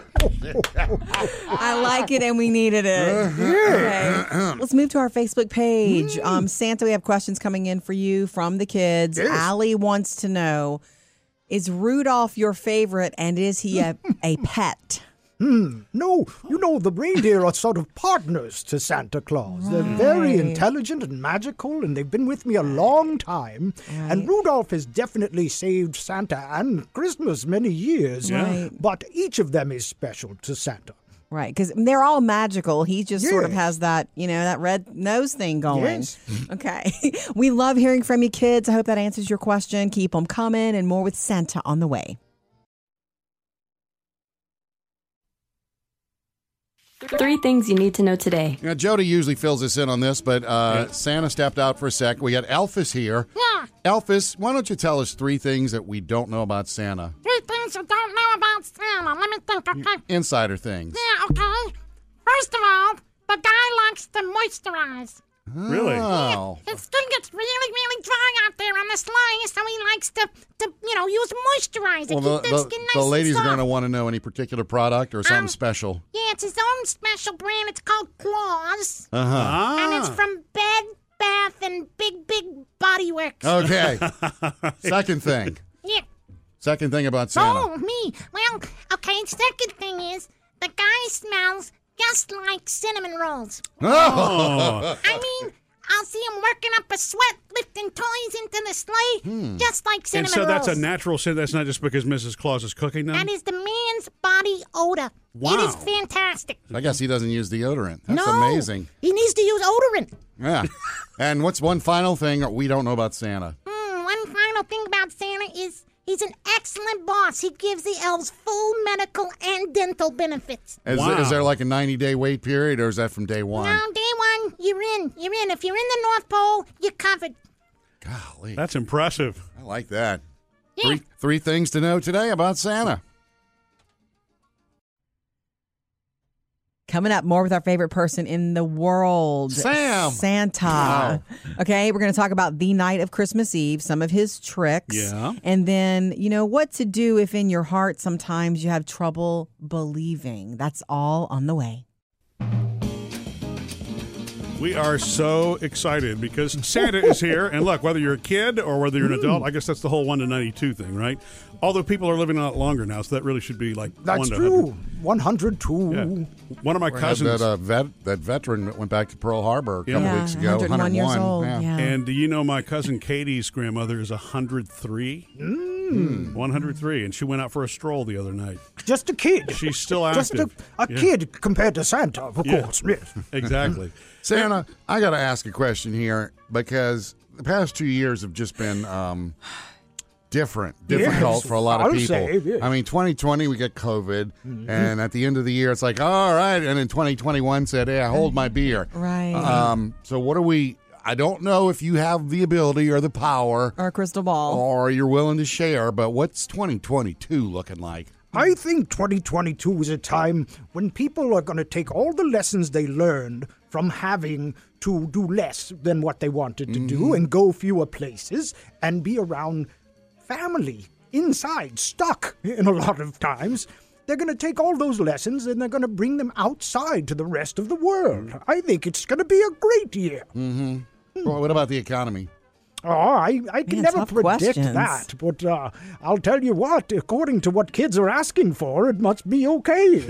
Speaker 3: <laughs>
Speaker 7: <laughs>
Speaker 3: I like it and we needed it. Okay. Let's move to our Facebook page. Um, Santa, we have questions coming in for you from the kids. Allie wants to know Is Rudolph your favorite and is he a, a pet?
Speaker 7: No, you know, the reindeer are sort of partners to Santa Claus. They're very intelligent and magical, and they've been with me a long time. And Rudolph has definitely saved Santa and Christmas many years.
Speaker 3: Right.
Speaker 7: But each of them is special to Santa.
Speaker 3: Right, because they're all magical. He just sort of
Speaker 7: Yes.
Speaker 3: has that, you know, that red nose thing going.
Speaker 7: Yes.
Speaker 3: Okay. <laughs> we love hearing from you kids. I hope that answers your question. Keep them coming and more with Santa on the way.
Speaker 4: Three things you need to know today.
Speaker 2: Now, Jody usually fills us in on this, but uh, Santa stepped out for a sec. We got Elphys here.
Speaker 8: Yeah,
Speaker 2: Elphys, why don't you tell us three things that we don't know about Santa?
Speaker 8: three things you don't know about Santa. Let me think, okay?
Speaker 2: Insider things.
Speaker 8: Yeah, okay. First of all, the guy likes to moisturize.
Speaker 1: Really?
Speaker 2: Oh.
Speaker 8: His skin gets really, really dry out there on the sleigh, so he likes to, to you know, use moisturizer.
Speaker 2: Well, the,
Speaker 8: keep that
Speaker 2: the,
Speaker 8: skin nice
Speaker 2: the
Speaker 8: and
Speaker 2: ladies are
Speaker 8: soft.
Speaker 2: going to want to know any particular product or something
Speaker 8: Um,
Speaker 2: special.
Speaker 8: Yeah, it's his own special brand. It's called Claws,
Speaker 2: Uh
Speaker 8: and
Speaker 1: Ah.
Speaker 8: it's from Bed Bath and Big Big Body Works.
Speaker 2: huh.
Speaker 1: <laughs>
Speaker 2: Okay. Second thing.
Speaker 8: yeah.
Speaker 2: Second thing about Santa.
Speaker 8: Oh, me. Well, okay, second thing is the guy smells just like cinnamon rolls.
Speaker 1: Oh.
Speaker 8: I mean, I'll see him working up a sweat, lifting toys into the sleigh, just like cinnamon
Speaker 1: Hmm. and so
Speaker 8: rolls.
Speaker 1: that's a natural sin. That's not just because Mrs. Claus is cooking them.
Speaker 8: That is the man's body odor. It is
Speaker 1: Wow.
Speaker 8: fantastic.
Speaker 2: I guess he doesn't use deodorant. That's
Speaker 8: no,
Speaker 2: amazing.
Speaker 8: He needs to use odorant. <laughs>
Speaker 2: Yeah. and what's one final thing that we don't know about Santa?
Speaker 8: Hmm, one final thing about Santa is he's an excellent boss. He gives the elves full medical and dental benefits.
Speaker 2: Is,
Speaker 1: Wow.
Speaker 2: is there like a 90 day wait period or is that from day one?
Speaker 8: Now, day one, you're in. You're in. If you're in the North Pole, you're covered.
Speaker 2: Golly.
Speaker 1: That's impressive.
Speaker 2: I like that.
Speaker 8: Yeah.
Speaker 2: Three, three things to know today about Santa.
Speaker 3: Coming up, more with our favorite person in the world,
Speaker 2: Sam.
Speaker 3: Santa.
Speaker 2: Wow.
Speaker 3: Okay, we're going to talk about the night of Christmas Eve, some of his tricks.
Speaker 1: Yeah.
Speaker 3: And then, you know, what to do if in your heart sometimes you have trouble believing. That's all on the way.
Speaker 1: We are so excited because Santa is here. And look, whether you're a kid or whether you're an adult, I guess that's the whole 1 to 92 thing, right? Although people are living a lot longer now, so that really should be like
Speaker 7: That's
Speaker 1: 1 to
Speaker 7: true. 102.
Speaker 1: 100. Yeah. One of my
Speaker 2: Had
Speaker 1: cousins.
Speaker 2: That, uh, vet, that veteran that went back to Pearl Harbor a couple
Speaker 1: Yeah.
Speaker 2: weeks ago,
Speaker 3: 101, years old. Yeah.
Speaker 1: And do you know my cousin Katie's grandmother is 103? Mm. 103. And she went out for a stroll the other night.
Speaker 7: Just a kid.
Speaker 1: She's still active.
Speaker 7: Just a, a
Speaker 1: Yeah.
Speaker 7: kid compared to Santa, of
Speaker 1: Yeah.
Speaker 7: course. Yes.
Speaker 1: Exactly.
Speaker 2: Santa, I got to ask a question here because the past two years have just been um, different, difficult
Speaker 7: Yes,
Speaker 2: for a lot of
Speaker 7: I'll
Speaker 2: people.
Speaker 7: say, Mm-hmm. yes.
Speaker 2: I mean, 2020 we got COVID, and at the end of the year it's like, all right, and then 2021 said, hey, I hold my beer.
Speaker 3: Right.
Speaker 2: Um, so what are we? I don't know if you have the ability or the power,
Speaker 3: or a crystal ball.
Speaker 2: or you're willing to share, but what's 2022 looking like?
Speaker 7: I think 2022 is a time when people are going to take all the lessons they learned from having to do less than what they wanted to do and go fewer places and be around family inside, stuck in a lot of times. They're going to take all those lessons and they're going to bring them outside to the rest of the world. I think it's going to be a great year. Hmm.
Speaker 2: Well, what about the economy?
Speaker 7: Oh, I, I can
Speaker 3: Man,
Speaker 7: never
Speaker 3: tough
Speaker 7: predict
Speaker 3: questions.
Speaker 7: that, but uh, I'll tell you what, according to what kids are asking for, it must be okay.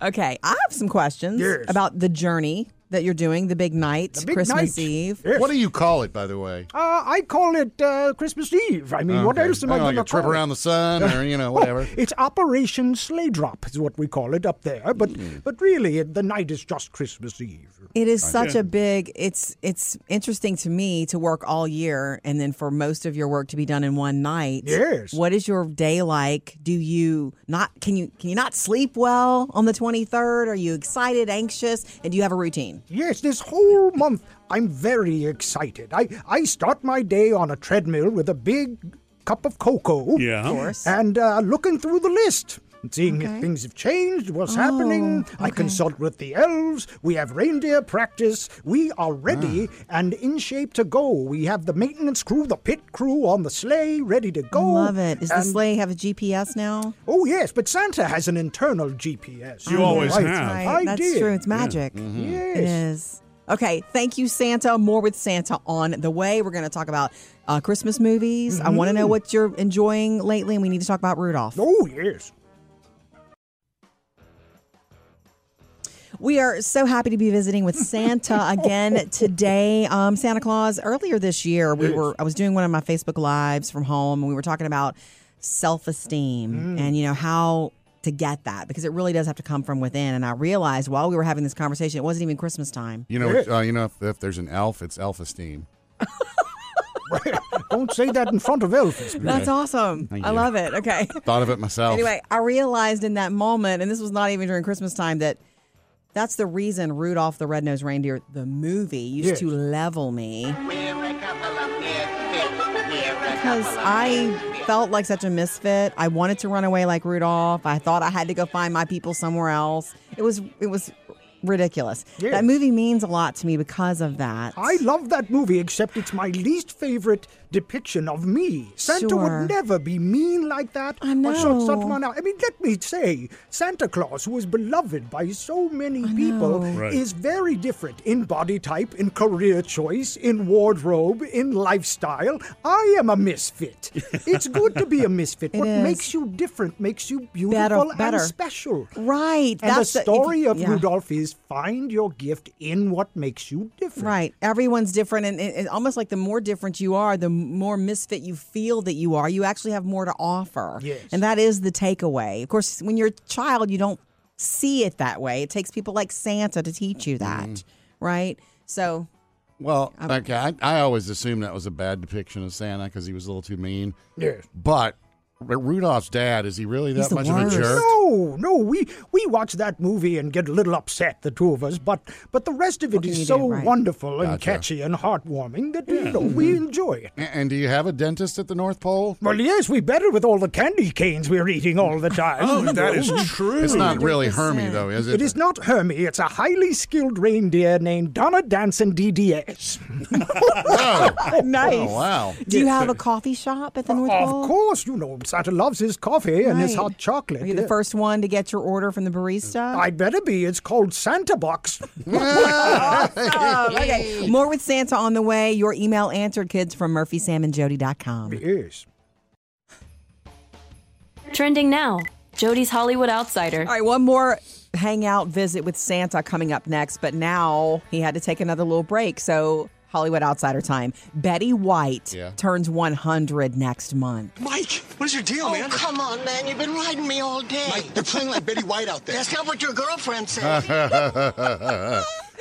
Speaker 3: Okay, I have some questions
Speaker 7: Yes.
Speaker 3: about the journey that you're doing, the big night,
Speaker 7: The big
Speaker 3: Christmas
Speaker 7: night.
Speaker 3: Eve.
Speaker 7: Yes.
Speaker 2: What do you call it, by the way?
Speaker 7: Uh, I call it uh, Christmas Eve. I mean, what
Speaker 2: Okay.
Speaker 7: else am I
Speaker 2: don't know,
Speaker 7: going to
Speaker 2: like a trip
Speaker 7: call it?
Speaker 2: around the sun or, you know,
Speaker 7: <laughs>
Speaker 2: whatever.
Speaker 7: It's Operation Sleigh Drop is what we call it up there, but
Speaker 2: Hmm.
Speaker 7: but really it, the night is just Christmas Eve.
Speaker 3: It is such a big. It's it's interesting to me to work all year and then for most of your work to be done in one night.
Speaker 7: Yes.
Speaker 3: What is your day like? Do you not can you can you not sleep well on the 23rd? Are you excited, anxious, and do you have a routine?
Speaker 7: Yes, this whole month I'm very excited. I I start my day on a treadmill with a big cup of cocoa.
Speaker 1: Yeah. Of
Speaker 3: course.
Speaker 7: And uh, looking through the list. and Seeing if things have changed, what's happening.
Speaker 3: Oh,
Speaker 7: I consult with the elves. We have reindeer practice. We are ready
Speaker 1: Ah.
Speaker 7: and in shape to go. We have the maintenance crew, the pit crew on the sleigh, ready to go.
Speaker 3: Love it. Does the
Speaker 7: Oh, And-
Speaker 3: sleigh have a GPS now?
Speaker 7: Oh yes, but Santa has an internal GPS.
Speaker 1: You
Speaker 7: You're
Speaker 1: always
Speaker 7: right.
Speaker 1: have.
Speaker 3: Right.
Speaker 7: I
Speaker 3: Oh, That's
Speaker 7: did.
Speaker 3: true. It's magic.
Speaker 7: Yes.
Speaker 3: It is. Okay, thank you, Santa. More with Santa on the way. We're going to talk about uh, Christmas movies. I want to know what you're enjoying lately, and we need to talk about Rudolph.
Speaker 7: Mm-hmm. Oh yes.
Speaker 3: We are so happy to be visiting with Santa again today. Um, Santa Claus. Earlier this year, we were I was doing one of my Facebook lives from home, and we were talking about self esteem and you know how to get that because it really does have to come from within. And I realized while we were having this conversation, it wasn't even Christmas time.
Speaker 2: You know, it's, uh, you know, if, if there's an elf, it's elf esteem.
Speaker 7: Don't say that in front of Elvis.
Speaker 3: That's awesome. I
Speaker 2: you.
Speaker 3: love it. Okay.
Speaker 2: Thought of it myself.
Speaker 3: Anyway, I realized in that moment, and this was not even during Christmas time, that that's the reason Rudolph the Red-Nosed Reindeer, the movie, used
Speaker 7: Yes.
Speaker 3: to level me. Because I felt like such a misfit. I wanted to run away like Rudolph. I thought I had to go find my people somewhere else. It was it was ridiculous.
Speaker 7: Yes.
Speaker 3: That movie means a lot to me because of that.
Speaker 7: I love that movie, except it's my least favorite depiction of me. Santa
Speaker 3: Sure.
Speaker 7: would never be mean like that.
Speaker 3: I
Speaker 7: Or such,
Speaker 3: know.
Speaker 7: such man. I mean, let me say, Santa Claus, who is beloved by so many people,
Speaker 3: know.
Speaker 1: Right.
Speaker 7: is very different in body type, in career choice, in wardrobe, in lifestyle. I am a
Speaker 3: <laughs>
Speaker 7: misfit. it's good to be a misfit. what
Speaker 3: is.
Speaker 7: makes you different makes you beautiful
Speaker 3: better.
Speaker 7: and special.
Speaker 3: Right.
Speaker 7: And
Speaker 3: that's
Speaker 7: the
Speaker 3: if you-
Speaker 7: story of
Speaker 3: yeah.
Speaker 7: Rudolph is find your gift in what makes you different.
Speaker 3: Right. Everyone's different. And, and, and almost like the more different you are, the more misfit you feel that you are. You actually have more to offer.
Speaker 7: Yes.
Speaker 3: And that is the takeaway. Of course, when you're a child, you don't see it that way. It takes people like Santa to teach you that.
Speaker 7: Mm-hmm.
Speaker 3: Right. So,
Speaker 2: well, okay, I, I always assumed that was a bad depiction of Santa because he was a little too mean.
Speaker 7: Yes.
Speaker 2: But R- Rudolph's dad, is he really that
Speaker 3: the
Speaker 2: much
Speaker 3: worst.
Speaker 2: of a jerk?
Speaker 7: No, no, we we watch that movie and get a little upset, the two of us, but but the rest of it
Speaker 3: can
Speaker 7: is
Speaker 3: you do,
Speaker 7: so
Speaker 3: right. Mm-hmm.
Speaker 7: wonderful and
Speaker 2: Gotcha.
Speaker 7: catchy and heartwarming that you know we enjoy it.
Speaker 2: A- And do you have a dentist at the North Pole?
Speaker 7: Well, yes, we better with all the candy canes we're eating all the time.
Speaker 1: Oh, that
Speaker 7: <laughs>
Speaker 1: is true.
Speaker 2: It's not really Hermie, though, is it?
Speaker 7: It is not Hermie, it's a highly skilled reindeer named Donna Danson DDS.
Speaker 2: Oh,
Speaker 3: <laughs> nice.
Speaker 2: oh, wow. <laughs>
Speaker 3: Do you have a coffee shop at the North
Speaker 7: Of
Speaker 3: Pole?
Speaker 7: course, you know, Santa loves his coffee and his
Speaker 3: Right.
Speaker 7: hot chocolate.
Speaker 3: Are you the
Speaker 7: yeah.
Speaker 3: first one to get your order from the barista?
Speaker 7: I'd better be. It's called
Speaker 1: <laughs>
Speaker 7: Santa Box.
Speaker 3: okay. More with Santa on the way. Your email answered, kids, from murphysamandjody.com.
Speaker 7: yes.
Speaker 4: Trending now. Jody's Hollywood Outsider.
Speaker 3: All right, one more hangout visit with Santa coming up next, but now he had to take another little break. So, Hollywood Outsider time. Betty White
Speaker 2: Yeah.
Speaker 3: turns 100 next month.
Speaker 10: Mike, what is your deal, man?
Speaker 11: Come on, man. You've been riding me all day.
Speaker 10: Mike, they're playing like Betty White out there.
Speaker 11: That's not what your girlfriend said.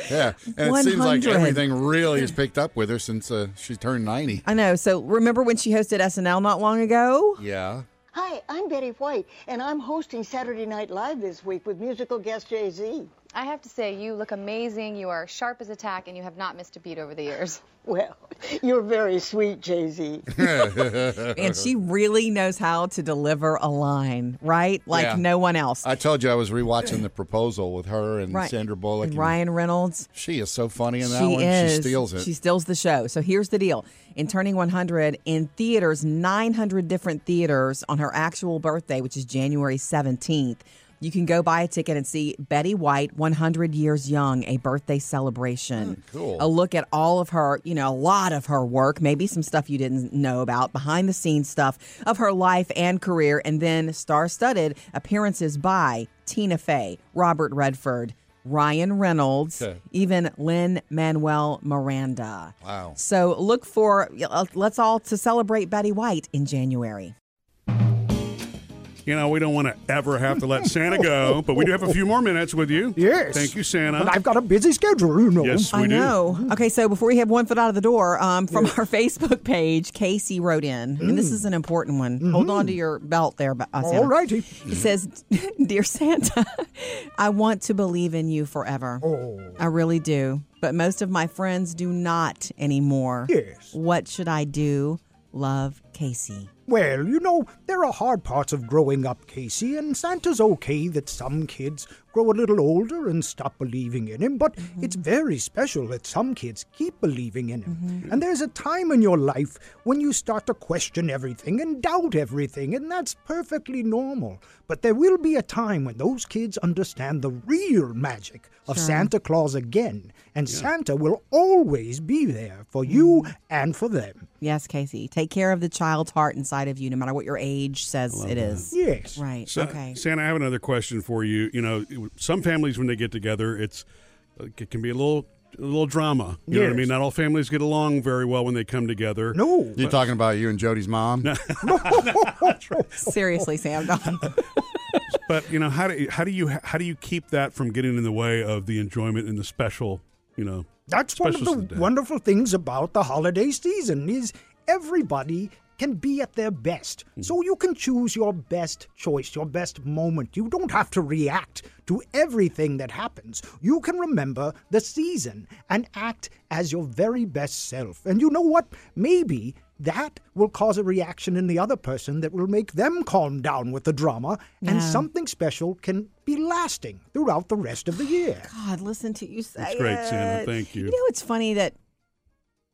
Speaker 2: yeah. And it seems like
Speaker 3: 100.
Speaker 2: everything really has picked up with her since uh, she turned 90.
Speaker 3: I know. So, remember when she hosted SNL not
Speaker 2: <laughs>
Speaker 3: long ago?
Speaker 2: Yeah.
Speaker 11: Hi, I'm Betty White, and I'm hosting Saturday Night Live this week with musical guest Jay Z.
Speaker 12: I have to say, you look amazing. You are sharp as a tack, and you have not missed a beat over the years.
Speaker 11: <laughs> Well, you're very sweet, Jay Z.
Speaker 3: And she really knows how to deliver a line, right? Like
Speaker 2: Yeah.
Speaker 3: no one else.
Speaker 2: I told you I was rewatching The Proposal with her and
Speaker 3: Right.
Speaker 2: Sandra Bullock.
Speaker 3: And
Speaker 2: and-
Speaker 3: Ryan Reynolds.
Speaker 2: She is so funny in that
Speaker 3: she
Speaker 2: one.
Speaker 3: is.
Speaker 2: She steals it.
Speaker 3: She steals the show. So here's the deal: in turning 100 in theaters, 900 different theaters on her actual birthday, which is January 17th, you can go buy a ticket and see Betty White 100 Years Young: A Birthday Celebration.
Speaker 2: Hmm, cool.
Speaker 3: A look at all of her, you know, a lot of her work, maybe some stuff you didn't know about, behind the scenes stuff of her life and career, and then star-studded appearances by Tina Fey, Robert Redford. Ryan Reynolds,
Speaker 13: Okay.
Speaker 3: even Lynn Manuel Miranda.
Speaker 2: Wow.
Speaker 3: So look for uh, let's all to celebrate Betty White in January.
Speaker 1: You know, we don't want to ever have to let Santa go, but we do have a few more minutes with you. Yes. Thank you, Santa.
Speaker 7: But I've got a busy schedule, you know.
Speaker 1: Yes, we
Speaker 3: I
Speaker 1: do.
Speaker 3: know. Okay, so before we have one foot out of the door, um, from our <laughs> Facebook page, Casey wrote in, and this
Speaker 7: Mm.
Speaker 3: is an important one. Hold on to your belt there. Ba- Uh, Santa.
Speaker 7: All righty.
Speaker 3: It says, <laughs> Dear Santa, <laughs> I want to believe in you forever.
Speaker 7: Oh.
Speaker 3: I really do. But most of my friends do not anymore.
Speaker 7: Yes.
Speaker 3: What should I do? Love, Casey.
Speaker 7: Well, you know, there are hard parts of growing up, Casey, and Santa's okay that some kids grow a little older and stop believing in him, but it's very special that some kids keep believing in him. And there's a time in your life when you start to question everything and doubt everything, and that's perfectly normal. But there will be a time when those kids understand the real magic of
Speaker 14: Sure.
Speaker 7: Santa Claus again, and Santa will always be there for you and for them.
Speaker 3: Yes, Casey. Take care of the child's heart inside of you, no matter what your age says it is.
Speaker 7: Yes.
Speaker 3: Right.
Speaker 1: Sa-
Speaker 3: okay.
Speaker 1: uh, Santa, I have another question for you. You know, some families when they get together, it's it can be a little a little drama. You know what I
Speaker 2: Yes.
Speaker 1: mean? Not all families get along very well when they come together.
Speaker 7: No,
Speaker 2: You're talking about you and Jody's mom.
Speaker 1: <laughs>
Speaker 3: Seriously, Sam. Don.
Speaker 1: but you know, how do how do you how do you keep that from getting in the way of the enjoyment and the special? You know,
Speaker 7: That's one of
Speaker 1: specials
Speaker 7: the
Speaker 1: today?
Speaker 7: wonderful things about the holiday season is everybody can be at their best. So you can choose your best choice, your best moment. You don't have to react to everything that happens. You can remember the season and act as your very best self. And you know what? Maybe that will cause a reaction in the other person that will make them calm down with the drama
Speaker 3: Yeah.
Speaker 7: and something special can be lasting throughout the rest of the year.
Speaker 3: God, listen to you say
Speaker 1: That's great, Santa.
Speaker 3: it.
Speaker 1: Thank you.
Speaker 3: You know, it's funny that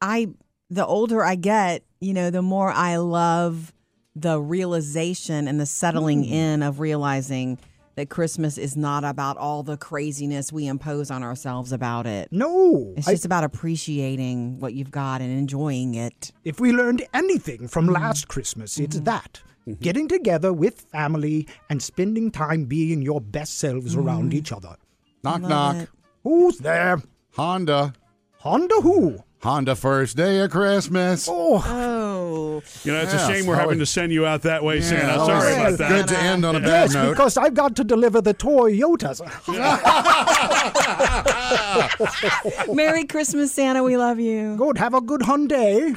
Speaker 3: I, the older I get, you know, the more I love the realization and the settling
Speaker 1: Hmm.
Speaker 3: in of realizing that Christmas is not about all the craziness we impose on ourselves about it.
Speaker 7: No.
Speaker 3: It's just about appreciating what you've got and enjoying it.
Speaker 7: If we learned anything from
Speaker 2: Hmm.
Speaker 7: last Christmas, it's that
Speaker 2: Mm-hmm.
Speaker 7: getting together with family and spending time being your best selves
Speaker 2: Hmm.
Speaker 7: around each other.
Speaker 2: <laughs> Knock, Love knock. it.
Speaker 7: Who's there?
Speaker 2: Honda.
Speaker 7: Honda who?
Speaker 2: Honda first day of Christmas.
Speaker 3: Oh.
Speaker 1: You know, it's
Speaker 2: Yeah,
Speaker 1: a shame we're
Speaker 2: so
Speaker 1: having
Speaker 2: it-
Speaker 1: to send you out that way,
Speaker 2: Yeah,
Speaker 1: Santa.
Speaker 2: always
Speaker 1: Sorry about that.
Speaker 2: good to end on a bad
Speaker 7: yes,
Speaker 2: note.
Speaker 7: because I've got to deliver the Toyotas.
Speaker 3: Merry Christmas, Santa. We love you.
Speaker 7: Good. Have a good Hyundai.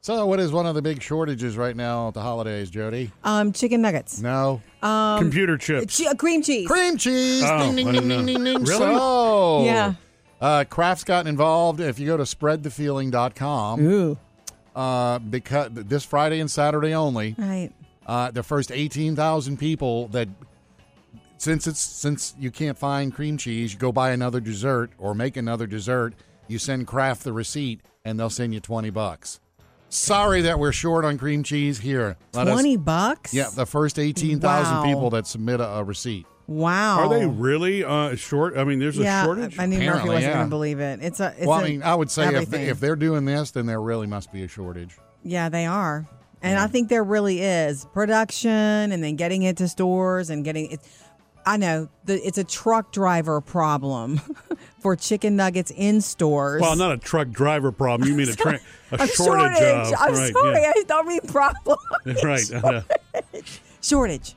Speaker 2: so, what is one of the big shortages right now at the holidays, Jody?
Speaker 3: Um, chicken nuggets.
Speaker 2: No.
Speaker 3: Um,
Speaker 1: Computer chips.
Speaker 3: Che- cream cheese.
Speaker 2: Cream cheese.
Speaker 1: Oh,
Speaker 2: ding,
Speaker 1: I
Speaker 2: ding,
Speaker 1: didn't
Speaker 2: ding, ding,
Speaker 1: know.
Speaker 2: ding, ding.
Speaker 1: Really?
Speaker 2: So,
Speaker 3: Yeah.
Speaker 2: Uh, Kraft's gotten involved. If you go to spreadthefeeling.com,
Speaker 3: Ooh.
Speaker 2: Uh, because this Friday and Saturday only,
Speaker 3: Right.
Speaker 2: uh, the first 18,000 people that since it's since you can't find cream cheese, you go buy another dessert or make another dessert, you send Kraft the receipt and they'll send you 20 bucks. Sorry that we're short on cream cheese here. Let us-
Speaker 3: 20 bucks?
Speaker 2: Yeah, the first 18,000
Speaker 3: Wow.
Speaker 2: people that submit a, a receipt.
Speaker 3: Wow.
Speaker 1: Are they really uh, short? I mean, there's a
Speaker 3: Oh. yeah,
Speaker 1: shortage.
Speaker 3: I knew Murphy
Speaker 2: Apparently,
Speaker 3: wasn't
Speaker 2: yeah.
Speaker 3: going to believe it. It's a. It's
Speaker 2: well,
Speaker 3: a-
Speaker 2: I mean, I would say if,
Speaker 3: everything.
Speaker 2: if they're doing this, then there really must be a shortage.
Speaker 3: yeah, they are, and I think there really is production, and then getting it to stores and getting it. I know the, it's a truck driver problem <laughs> for chicken nuggets in stores.
Speaker 1: Well, not a truck driver problem. You mean a,
Speaker 3: <laughs>
Speaker 1: tra- a, shortage, of.
Speaker 3: I'm
Speaker 1: right, yeah. <laughs>
Speaker 3: sorry, <laughs>
Speaker 1: uh-huh.
Speaker 3: I don't mean problem.
Speaker 1: Right. I know.
Speaker 3: Shortage.